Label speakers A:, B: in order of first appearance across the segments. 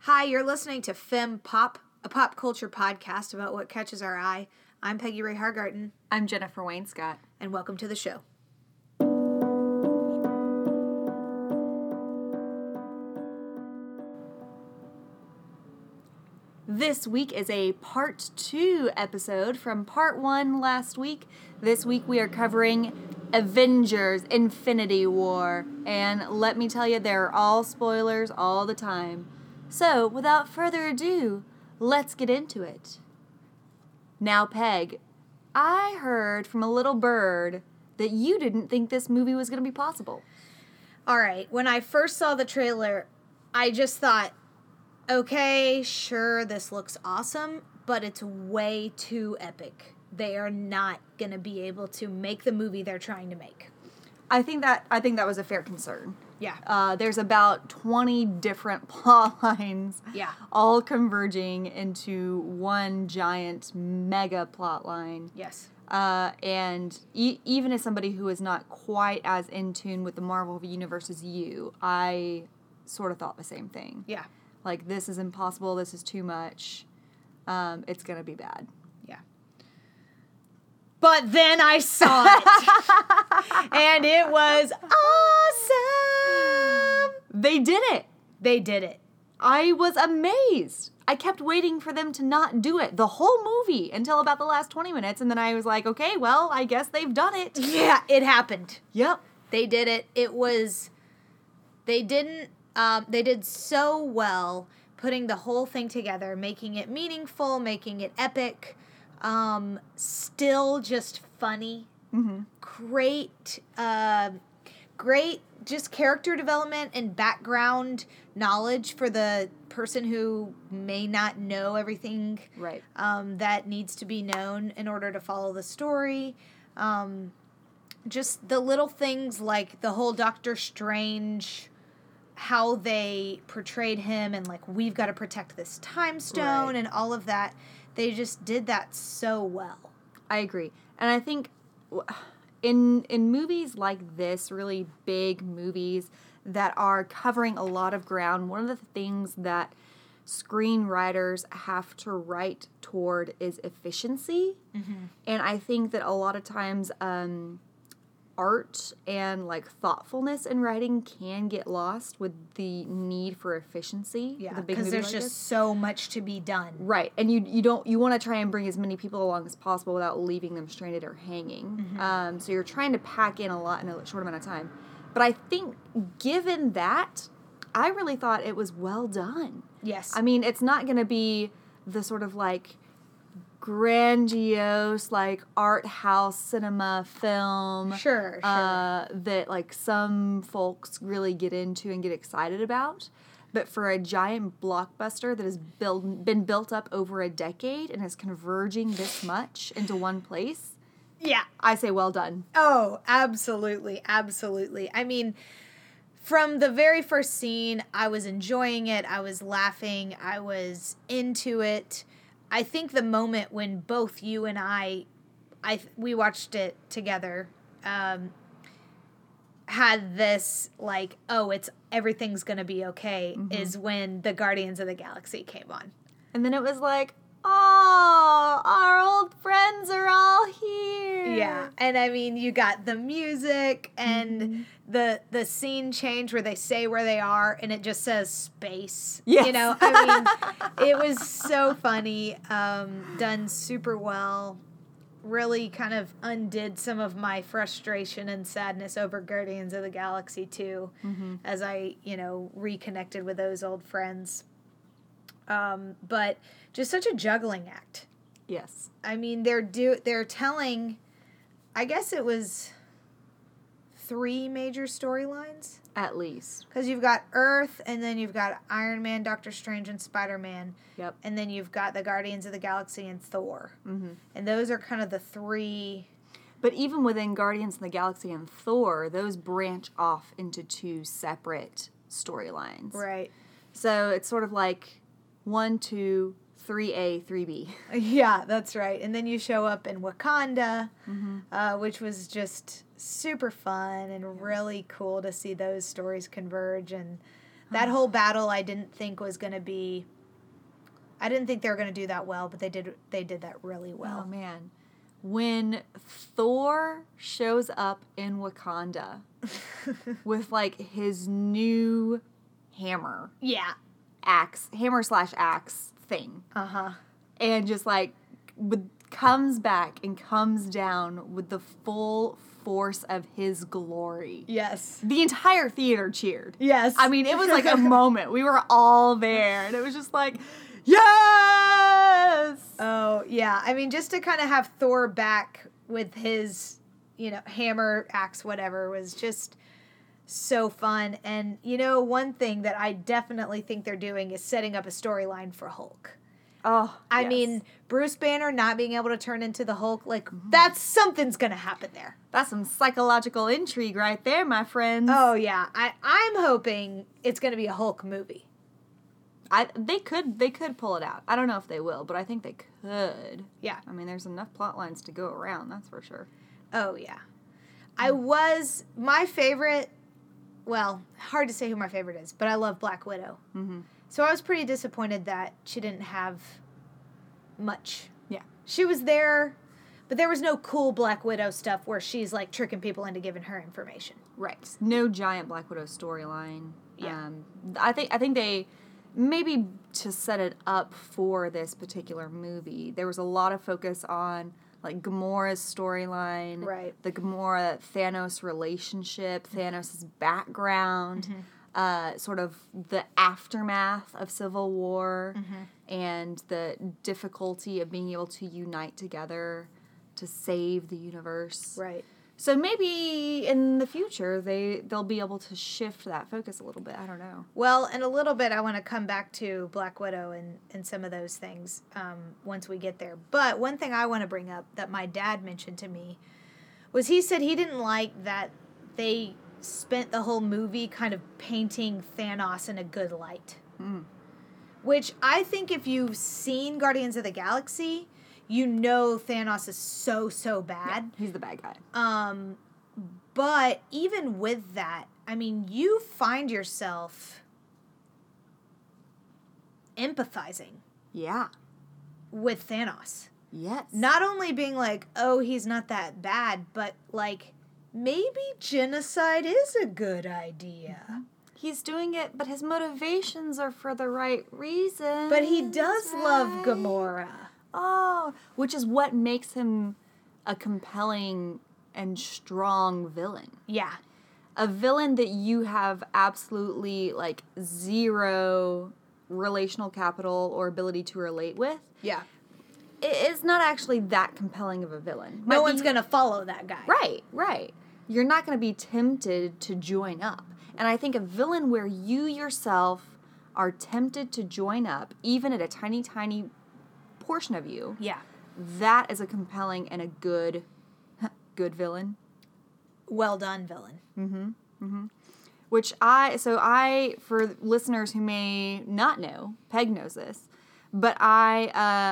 A: Hi, you're listening to Fem Pop, a pop culture podcast about what catches our eye. I'm Peggy Ray Hargarten,
B: I'm Jennifer Wainscott.
A: and welcome to the show.
B: This week is a part two episode from part one last week. This week we are covering Avengers Infinity War. And let me tell you, there are all spoilers all the time. So, without further ado, let's get into it. Now, Peg, I heard from a little bird that you didn't think this movie was going to be possible.
A: All right, when I first saw the trailer, I just thought, okay, sure, this looks awesome, but it's way too epic. They are not going to be able to make the movie they're trying to make.
B: I think that I think that was a fair concern.
A: Yeah.
B: Uh, there's about 20 different plot lines.
A: Yeah.
B: All converging into one giant mega plot line.
A: Yes.
B: Uh, and e- even as somebody who is not quite as in tune with the Marvel universe as you, I sort of thought the same thing.
A: Yeah.
B: Like, this is impossible. This is too much. Um, it's going to be bad.
A: Yeah. But then I saw it. and it was awesome.
B: They did it.
A: They did it.
B: I was amazed. I kept waiting for them to not do it the whole movie until about the last 20 minutes. And then I was like, okay, well, I guess they've done it.
A: Yeah, it happened.
B: yep.
A: They did it. It was they didn't um, they did so well putting the whole thing together, making it meaningful, making it epic, um, still just funny. Great uh, great just character development and background knowledge for the person who may not know everything
B: Right.
A: um, that needs to be known in order to follow the story. Um, just the little things like the whole Doctor Strange, how they portrayed him, and like, we've got to protect this time stone,
B: Right.
A: and all of that. They just did that so well.
B: I agree. And I think w- in in movies like this, really big movies that are covering a lot of ground, one of the things that screenwriters have to write toward is efficiency.
A: Mm-hmm.
B: And I think that a lot of times um art and like thoughtfulness in writing can get lost with the need for efficiency with
A: Yeah,
B: a big
A: because
B: movie
A: there's
B: like
A: just
B: this.
A: so much to be done.
B: Right, and you you don't you want to try and bring as many people along as possible without leaving them stranded or hanging. Um, so you're trying to pack in a lot in a short amount of time. But I think, given that, I really thought it was well done.
A: Yes.
B: I mean, it's not going to be the sort of like grandiose like art house cinema film
A: Sure, sure.
B: uh, that like some folks really get into and get excited about. But for a giant blockbuster that has build, been built up over a decade and is converging this much into one place,
A: yeah.
B: I say well done.
A: Oh, absolutely, absolutely. I mean, from the very first scene, I was enjoying it. I was laughing. I was into it. I think the moment when both you and I, I we watched it together, um, had this like, oh, it's everything's gonna be okay. Is when the Guardians of the Galaxy came on.
B: And then it was like, oh, our old friends are all here.
A: Yeah, and I mean, you got the music and the the scene change where they say where they are, and it just says space. you
B: Yes.
A: know, I mean, it was so funny, um, done super well. Really, kind of undid some of my frustration and sadness over Guardians of the Galaxy too, as I you know reconnected with those old friends. Um, but just such a juggling act.
B: Yes.
A: I mean, they're do they're telling. I guess it was three major storylines
B: At least.
A: because you've got Earth, and then you've got Iron Man, Doctor Strange, and Spider Man,
B: Yep.
A: and then you've got the Guardians of the Galaxy and Thor, mm-hmm. and those are kind of the three.
B: But even within Guardians of the Galaxy and Thor, those branch off into two separate storylines.
A: Right.
B: So it's sort of like one, two, three A, three B.
A: Yeah, that's right. And then you show up in Wakanda, uh, which was just super fun and really cool to see those stories converge. And That whole battle I didn't think was going to be I didn't think they were going to do that well, but they did they did that really
B: Oh
A: well.
B: man. When Thor shows up in Wakanda with like his new hammer,
A: yeah.
B: axe, hammer slash axe thing,
A: Uh-huh.
B: and just like with, comes back and comes down with the full force of his glory.
A: Yes.
B: The entire theater cheered.
A: Yes.
B: I mean, it was like a moment. We were all there, and it was just like, yes!
A: Oh, yeah. I mean, just to kind of have Thor back with his, you know, hammer, axe, whatever was just so fun. And, you know, one thing that I definitely think they're doing is setting up a storyline for Hulk.
B: Oh,
A: I
B: yes.
A: mean, Bruce Banner not being able to turn into the Hulk, like, that's something's going to happen there.
B: that's some psychological intrigue right there, my friends.
A: Oh, yeah. I, I'm hoping it's going to be a Hulk movie.
B: I they could they could pull it out. I don't know if they will, but I think they could.
A: Yeah.
B: I mean, there's enough plot lines to go around. That's for sure.
A: Oh yeah. I was my favorite well, hard to say who my favorite is, but I love Black Widow.
B: Mhm.
A: So I was pretty disappointed that she didn't have much.
B: Yeah.
A: She was there, but there was no cool Black Widow stuff where she's like tricking people into giving her information.
B: Right. No giant Black Widow storyline.
A: Yeah.
B: Um, I think I think they maybe to set it up for this particular movie. There was a lot of focus on like Gamora's storyline,
A: Right.
B: The Gamora Thanos relationship, Thanos' background,
A: Mm-hmm.
B: uh, sort of the aftermath of Civil War,
A: Mm-hmm.
B: and the difficulty of being able to unite together to save the universe.
A: Right.
B: So maybe in the future they they'll be able to shift that focus a little bit. I don't know.
A: Well, in a little bit, I want to come back to Black Widow and, and some of those things um, once we get there. But one thing I want to bring up that my dad mentioned to me was he said he didn't like that they spent the whole movie kind of painting Thanos in a good light. Which I think if you've seen Guardians of the Galaxy, you know Thanos is so, so bad.
B: He's the bad guy.
A: Um, but even with that, I mean, you find yourself empathizing
B: Yeah.
A: with Thanos.
B: Yes.
A: Not only being like, oh, he's not that bad, but like, maybe genocide is a good idea.
B: He's doing it, but his motivations are for the right reason.
A: But he does love Gamora.
B: Oh, which is what makes him a compelling and strong villain.
A: Yeah.
B: a villain that you have absolutely like zero relational capital or ability to relate with
A: Yeah.
B: it is not actually that compelling of a villain.
A: No
B: Might
A: one's
B: be-
A: going to follow that guy.
B: Right, right. You're not going to be tempted to join up. And I think a villain where you yourself are tempted to join up, even at a tiny, tiny portion of you,
A: Yeah.
B: that is a compelling and a good, good villain.
A: Well done, villain.
B: which I so I for listeners who may not know, Peg knows this, but I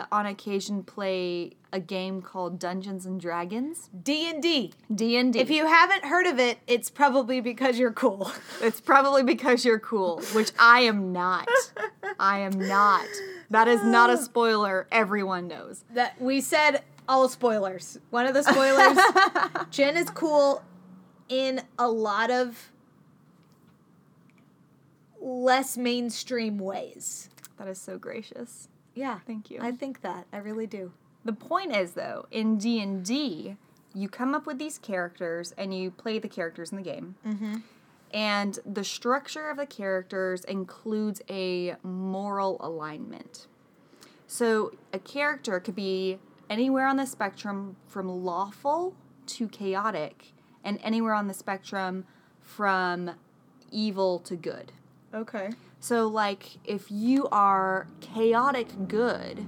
B: uh, on occasion play a game called Dungeons and Dragons
A: D&D.
B: D and
A: If
B: D.
A: you haven't heard of it, it's probably because you're cool.
B: It's probably because you're cool, which I am not. I am not. That is not a spoiler. Everyone knows.
A: that we said all spoilers. One of the spoilers, Jen is cool in a lot of less mainstream ways.
B: That is so gracious.
A: Yeah,
B: Thank you.
A: I think that. I really do.
B: The point is though, in D and D, you come up with these characters and you play the characters in the game. And the structure of the characters includes a moral alignment. So a character could be anywhere on the spectrum from lawful to chaotic, and anywhere on the spectrum from evil to good.
A: Okay.
B: So, like, if you are chaotic good,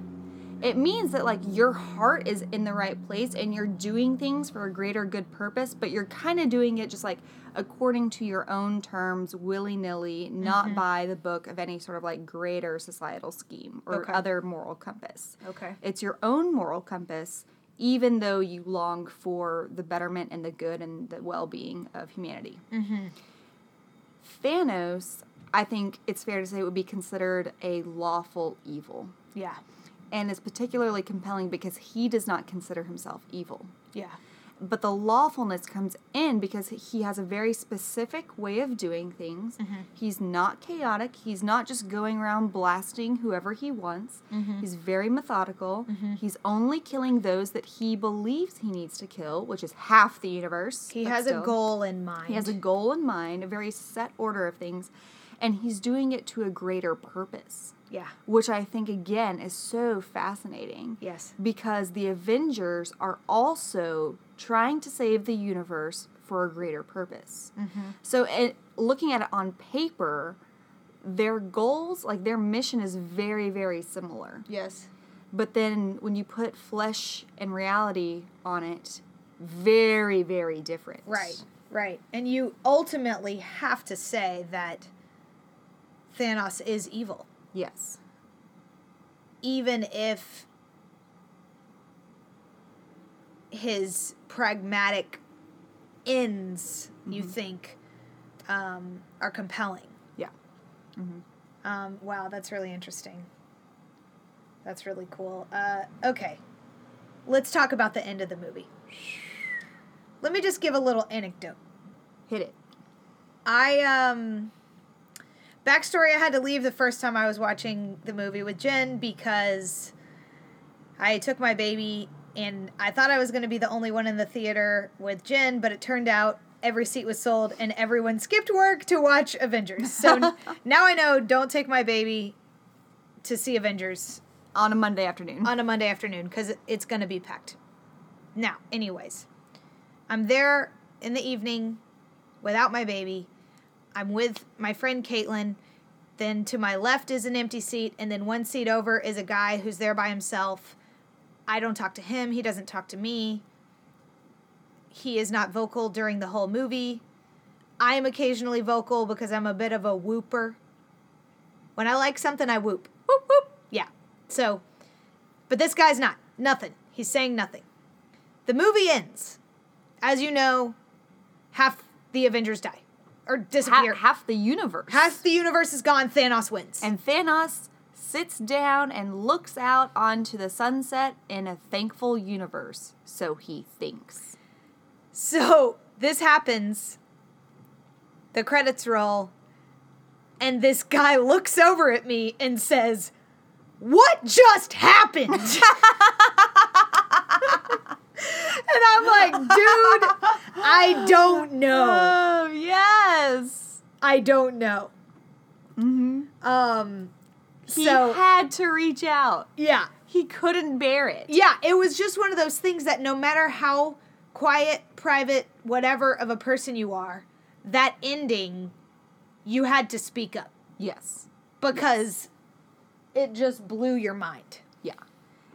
B: it means that, like, your heart is in the right place and you're doing things for a greater good purpose, but you're kind of doing it just like according to your own terms, willy nilly, not by the book of any sort of like greater societal scheme or
A: Okay.
B: other moral compass.
A: Okay.
B: It's your own moral compass, even though you long for the betterment and the good and the well being of humanity. Thanos I think it's fair to say it would be considered a lawful evil.
A: Yeah.
B: And is particularly compelling because he does not consider himself evil.
A: Yeah.
B: But the lawfulness comes in because he has a very specific way of doing things.
A: Mm-hmm.
B: He's not chaotic. He's not just going around blasting whoever he wants.
A: Mm-hmm.
B: He's very methodical. He's only killing those that he believes he needs to kill, which is half the universe.
A: He
B: but
A: has
B: still.
A: a goal in mind.
B: He has a goal in mind, a very set order of things, and he's doing it to a greater purpose,
A: yeah.
B: which I think again is so fascinating.
A: Yes.
B: Because the Avengers are also trying to save the universe for a greater purpose.
A: Mm-hmm.
B: So, it, looking at it on paper, their goals, like their mission, is very, very similar.
A: Yes.
B: But then when you put flesh and reality on it, very, very different.
A: Right. Right. And you ultimately have to say that Thanos is evil.
B: Yes.
A: even if his pragmatic ends you think um, are compelling.
B: Yeah.
A: Um, wow, that's really interesting. That's really cool. Uh, okay, let's talk about the end of the movie. Let me just give a little anecdote.
B: Hit it.
A: I um backstory I had to leave the first time I was watching the movie with Jen because I took my baby and I thought I was going to be the only one in the theater with Jen, but it turned out every seat was sold and everyone skipped work to watch Avengers. So n- now I know don't take my baby to see Avengers
B: On a Monday afternoon.
A: on a Monday afternoon because it's going to be packed. Now, anyways, I'm there in the evening without my baby. I'm with my friend Caitlin. Then to my left is an empty seat, and then one seat over is a guy who's there by himself. I don't talk to him, he doesn't talk to me. He is not vocal during the whole movie. I am occasionally vocal because I'm a bit of a whooper. When I like something, I whoop. Whoop, whoop. Yeah. So but this guy's not. Nothing. He's saying nothing. The movie ends. As you know, half the Avengers die or
B: Ha-
A: disappear.
B: half the universe.
A: half the universe is gone. Thanos wins.
B: and Thanos sits down and looks out onto the sunset in a thankful universe. So he thinks.
A: so this happens. The credits roll. And this guy looks over at me and says, What just happened? and I'm like, Dude, I don't know.
B: Oh yes.
A: I don't know. Mm-hmm. Um,
B: He
A: so
B: had to reach out.
A: yeah,
B: He couldn't bear it.
A: yeah. It was just one of those things that no matter how quiet, private, whatever of a person you are, that ending, you had to speak up
B: Yes.
A: because it just blew your mind.
B: Yeah.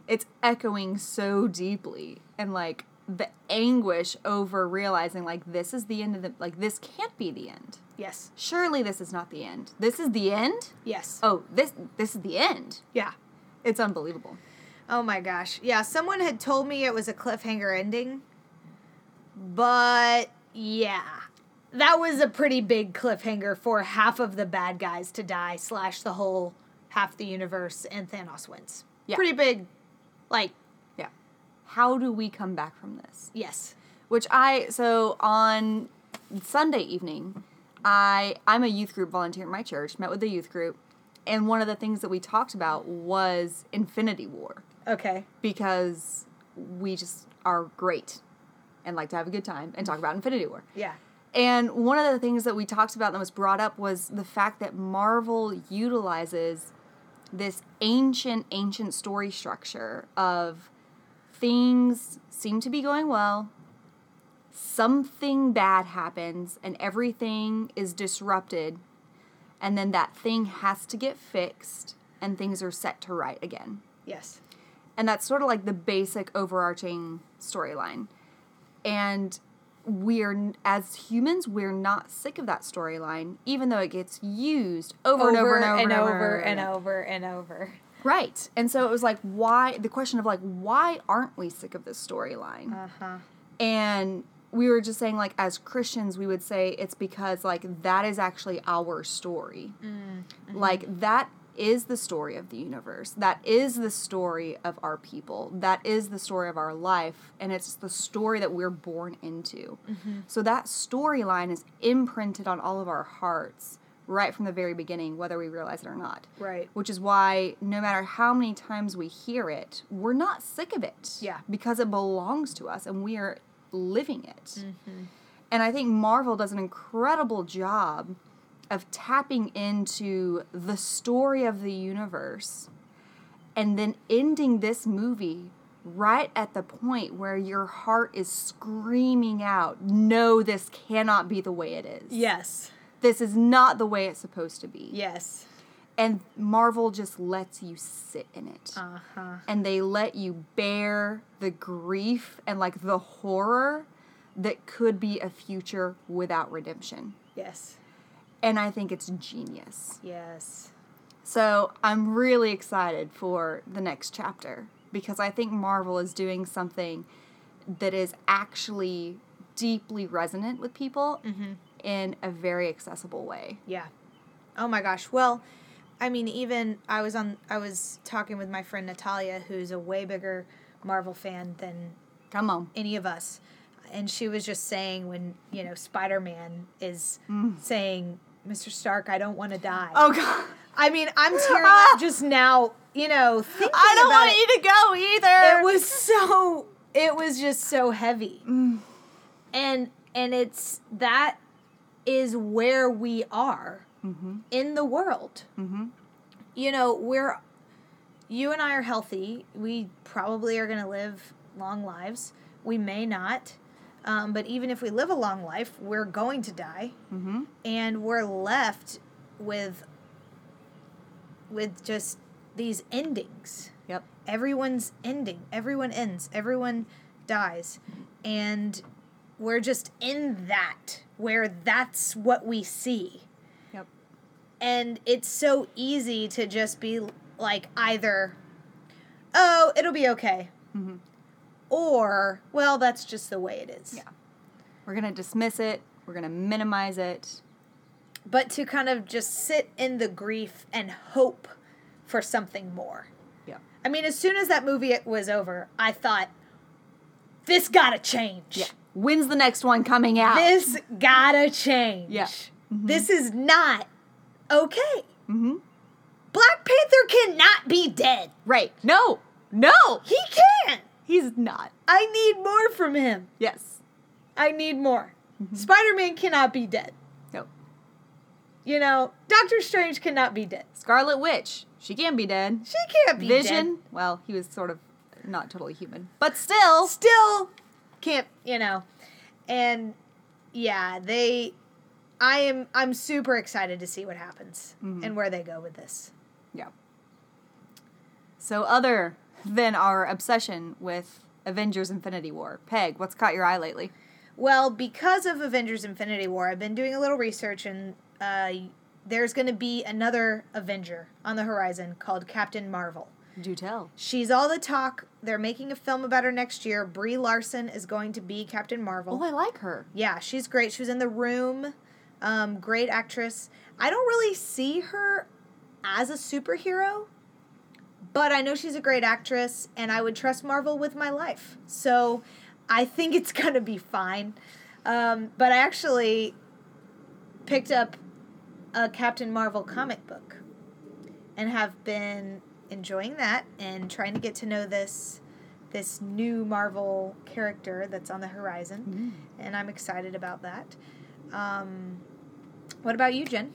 B: It's echoing so deeply and like the anguish over realizing like this is the end of the like this can't be the end.
A: Yes.
B: Surely this is not the end. This is the end?
A: Yes.
B: Oh, this this is the end.
A: Yeah.
B: It's unbelievable.
A: Oh my gosh. Yeah, someone had told me it was a cliffhanger ending. But yeah. That was a pretty big cliffhanger for half of the bad guys to die, slash the whole half the universe, and Thanos wins.
B: Yeah.
A: Pretty big, like,
B: Yeah. How do we come back from this?
A: yes.
B: Which I so on Sunday evening, I I'm a youth group volunteer at my church, met with the youth group, and one of the things that we talked about was Infinity War
A: Okay.
B: because we just are great and like to have a good time and talk about Infinity War.
A: Yeah.
B: And one of the things that we talked about that was brought up was the fact that Marvel utilizes this ancient, ancient story structure of things seem to be going well, something bad happens, and everything is disrupted. And then that thing has to get fixed, and things are set to right again.
A: Yes.
B: And that's sort of like the basic overarching storyline. And we're, as humans, we're not sick of that storyline, even though it gets used over, and over and over and over
A: and over and over.
B: Right. And so it was like, Mm.
A: Uh-huh.
B: why, the question of like, why aren't we sick of this storyline?
A: Uh huh.
B: And we were just saying like as Christians we would say it's because like that is actually our story. Like that is the story of the universe. That is the story of our people. That is the story of our life and it's the story that we're born into. So that storyline is imprinted on all of our hearts right from the very beginning whether we realize it or not.
A: Right.
B: Which is why no matter how many times we hear it, we're not sick of it.
A: Yeah.
B: Because it belongs to us and we are living it. And I think Marvel does an incredible job of tapping into the story of the universe and then ending this movie right at the point where your heart is screaming out, no, this cannot be the way it is.
A: Yes.
B: This is not the way it's supposed to be
A: Yes.
B: and Marvel just lets you sit in it.
A: Uh huh.
B: And they let you bear the grief and like the horror that could be a future without redemption.
A: Yes.
B: And I think it's genius.
A: Yes.
B: So I'm really excited for the next chapter because I think Marvel is doing something that is actually deeply resonant with people in a very accessible way.
A: Yeah. Oh my gosh. Well, I mean, even I was on. I was talking with my friend Natalia, who's a way bigger Marvel fan than
B: Come on.
A: any of us, and she was just saying when you know Spider Man is saying, "Mr. Stark, I don't want to die."
B: Mm. Oh, God.
A: I mean, I'm tearing up just now. You know, thinking
B: I don't
A: about
B: want
A: it.
B: you to go either.
A: it was so it was just so heavy and and it's that is where we are in the world you know we're you and i are healthy we probably are going to live long lives we may not um, but even if we live a long life we're going to die and we're left with with just these endings
B: Yep.
A: everyone's ending everyone ends everyone dies and we're just in that where that's what we see
B: Yep.
A: and it's so easy to just be like either oh it'll be okay
B: Mm-hmm.
A: or well that's just the way it is
B: Yeah. We're gonna dismiss it. We're gonna minimize it.
A: but to kind of just sit in the grief and hope for something more
B: Yep.
A: I mean, as soon as that movie was over, I thought, this gotta change.
B: Yeah. When's the next one coming out?
A: This gotta change.
B: Yeah. Mm-hmm.
A: This is not okay. Mm-hmm. Black Panther cannot be dead.
B: right. No. No.
A: He can.
B: He's not.
A: I need more from him.
B: Yes.
A: I need more.
B: Mm-hmm.
A: Spider Man cannot be dead.
B: No.
A: You know, Doctor Strange cannot be dead.
B: Scarlet Witch. She can be dead.
A: She can't be dead.
B: Vision. Well, he was sort of not totally human, but still.
A: still can't you know and yeah they i am i'm super excited to see what happens
B: Mm-hmm.
A: and where they go with this
B: Yeah. So other than our obsession with Avengers: Infinity War, Peg, what's caught your eye lately?
A: well because of avengers infinity war i've been doing a little research and uh, there's going to be another avenger on the horizon called captain marvel
B: Do tell.
A: she's all the talk they're making a film about her next year brie larson is going to be captain marvel
B: Oh, I like her.
A: Yeah, she's great. She was in The Room. Um, great actress. I don't really see her as a superhero, but I know she's a great actress, and I would trust Marvel with my life. So I think it's going to be fine. Um, but I actually picked up a Captain Marvel comic book and have been enjoying that and trying to get to know this this new Marvel character that's on the horizon, and I'm excited about that. Um, what about you, Jen?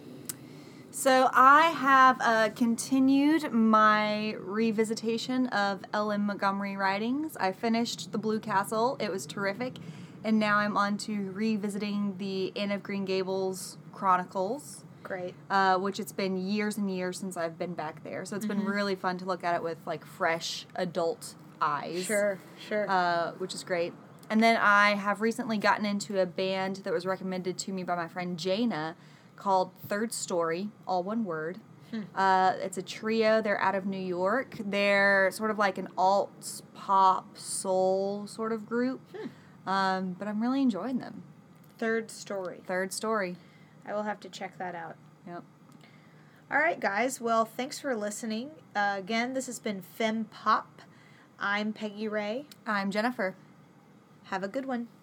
B: So I have uh, continued my revisitation of Ellen Montgomery writings. I finished The Blue Castle. It was terrific. And now I'm on to revisiting the Inn of Green Gables Chronicles,
A: Great.
B: uh, which it's been years and years since I've been back there. So it's been really fun to look at it with like fresh adult eyes
A: Sure, sure.
B: uh, which is great. And then I have recently gotten into a band that was recommended to me by my friend Jana called Third Story, all one word. Uh, it's a trio. They're out of New York. They're sort of like an alt pop soul sort of group. Um, but I'm really enjoying them.
A: Third story.
B: Third story.
A: I will have to check that out.
B: Yep.
A: All right, guys. Well, thanks for listening. Uh, again, this has been Fem Pop. I'm Peggy Ray.
B: I'm Jennifer.
A: Have a good one.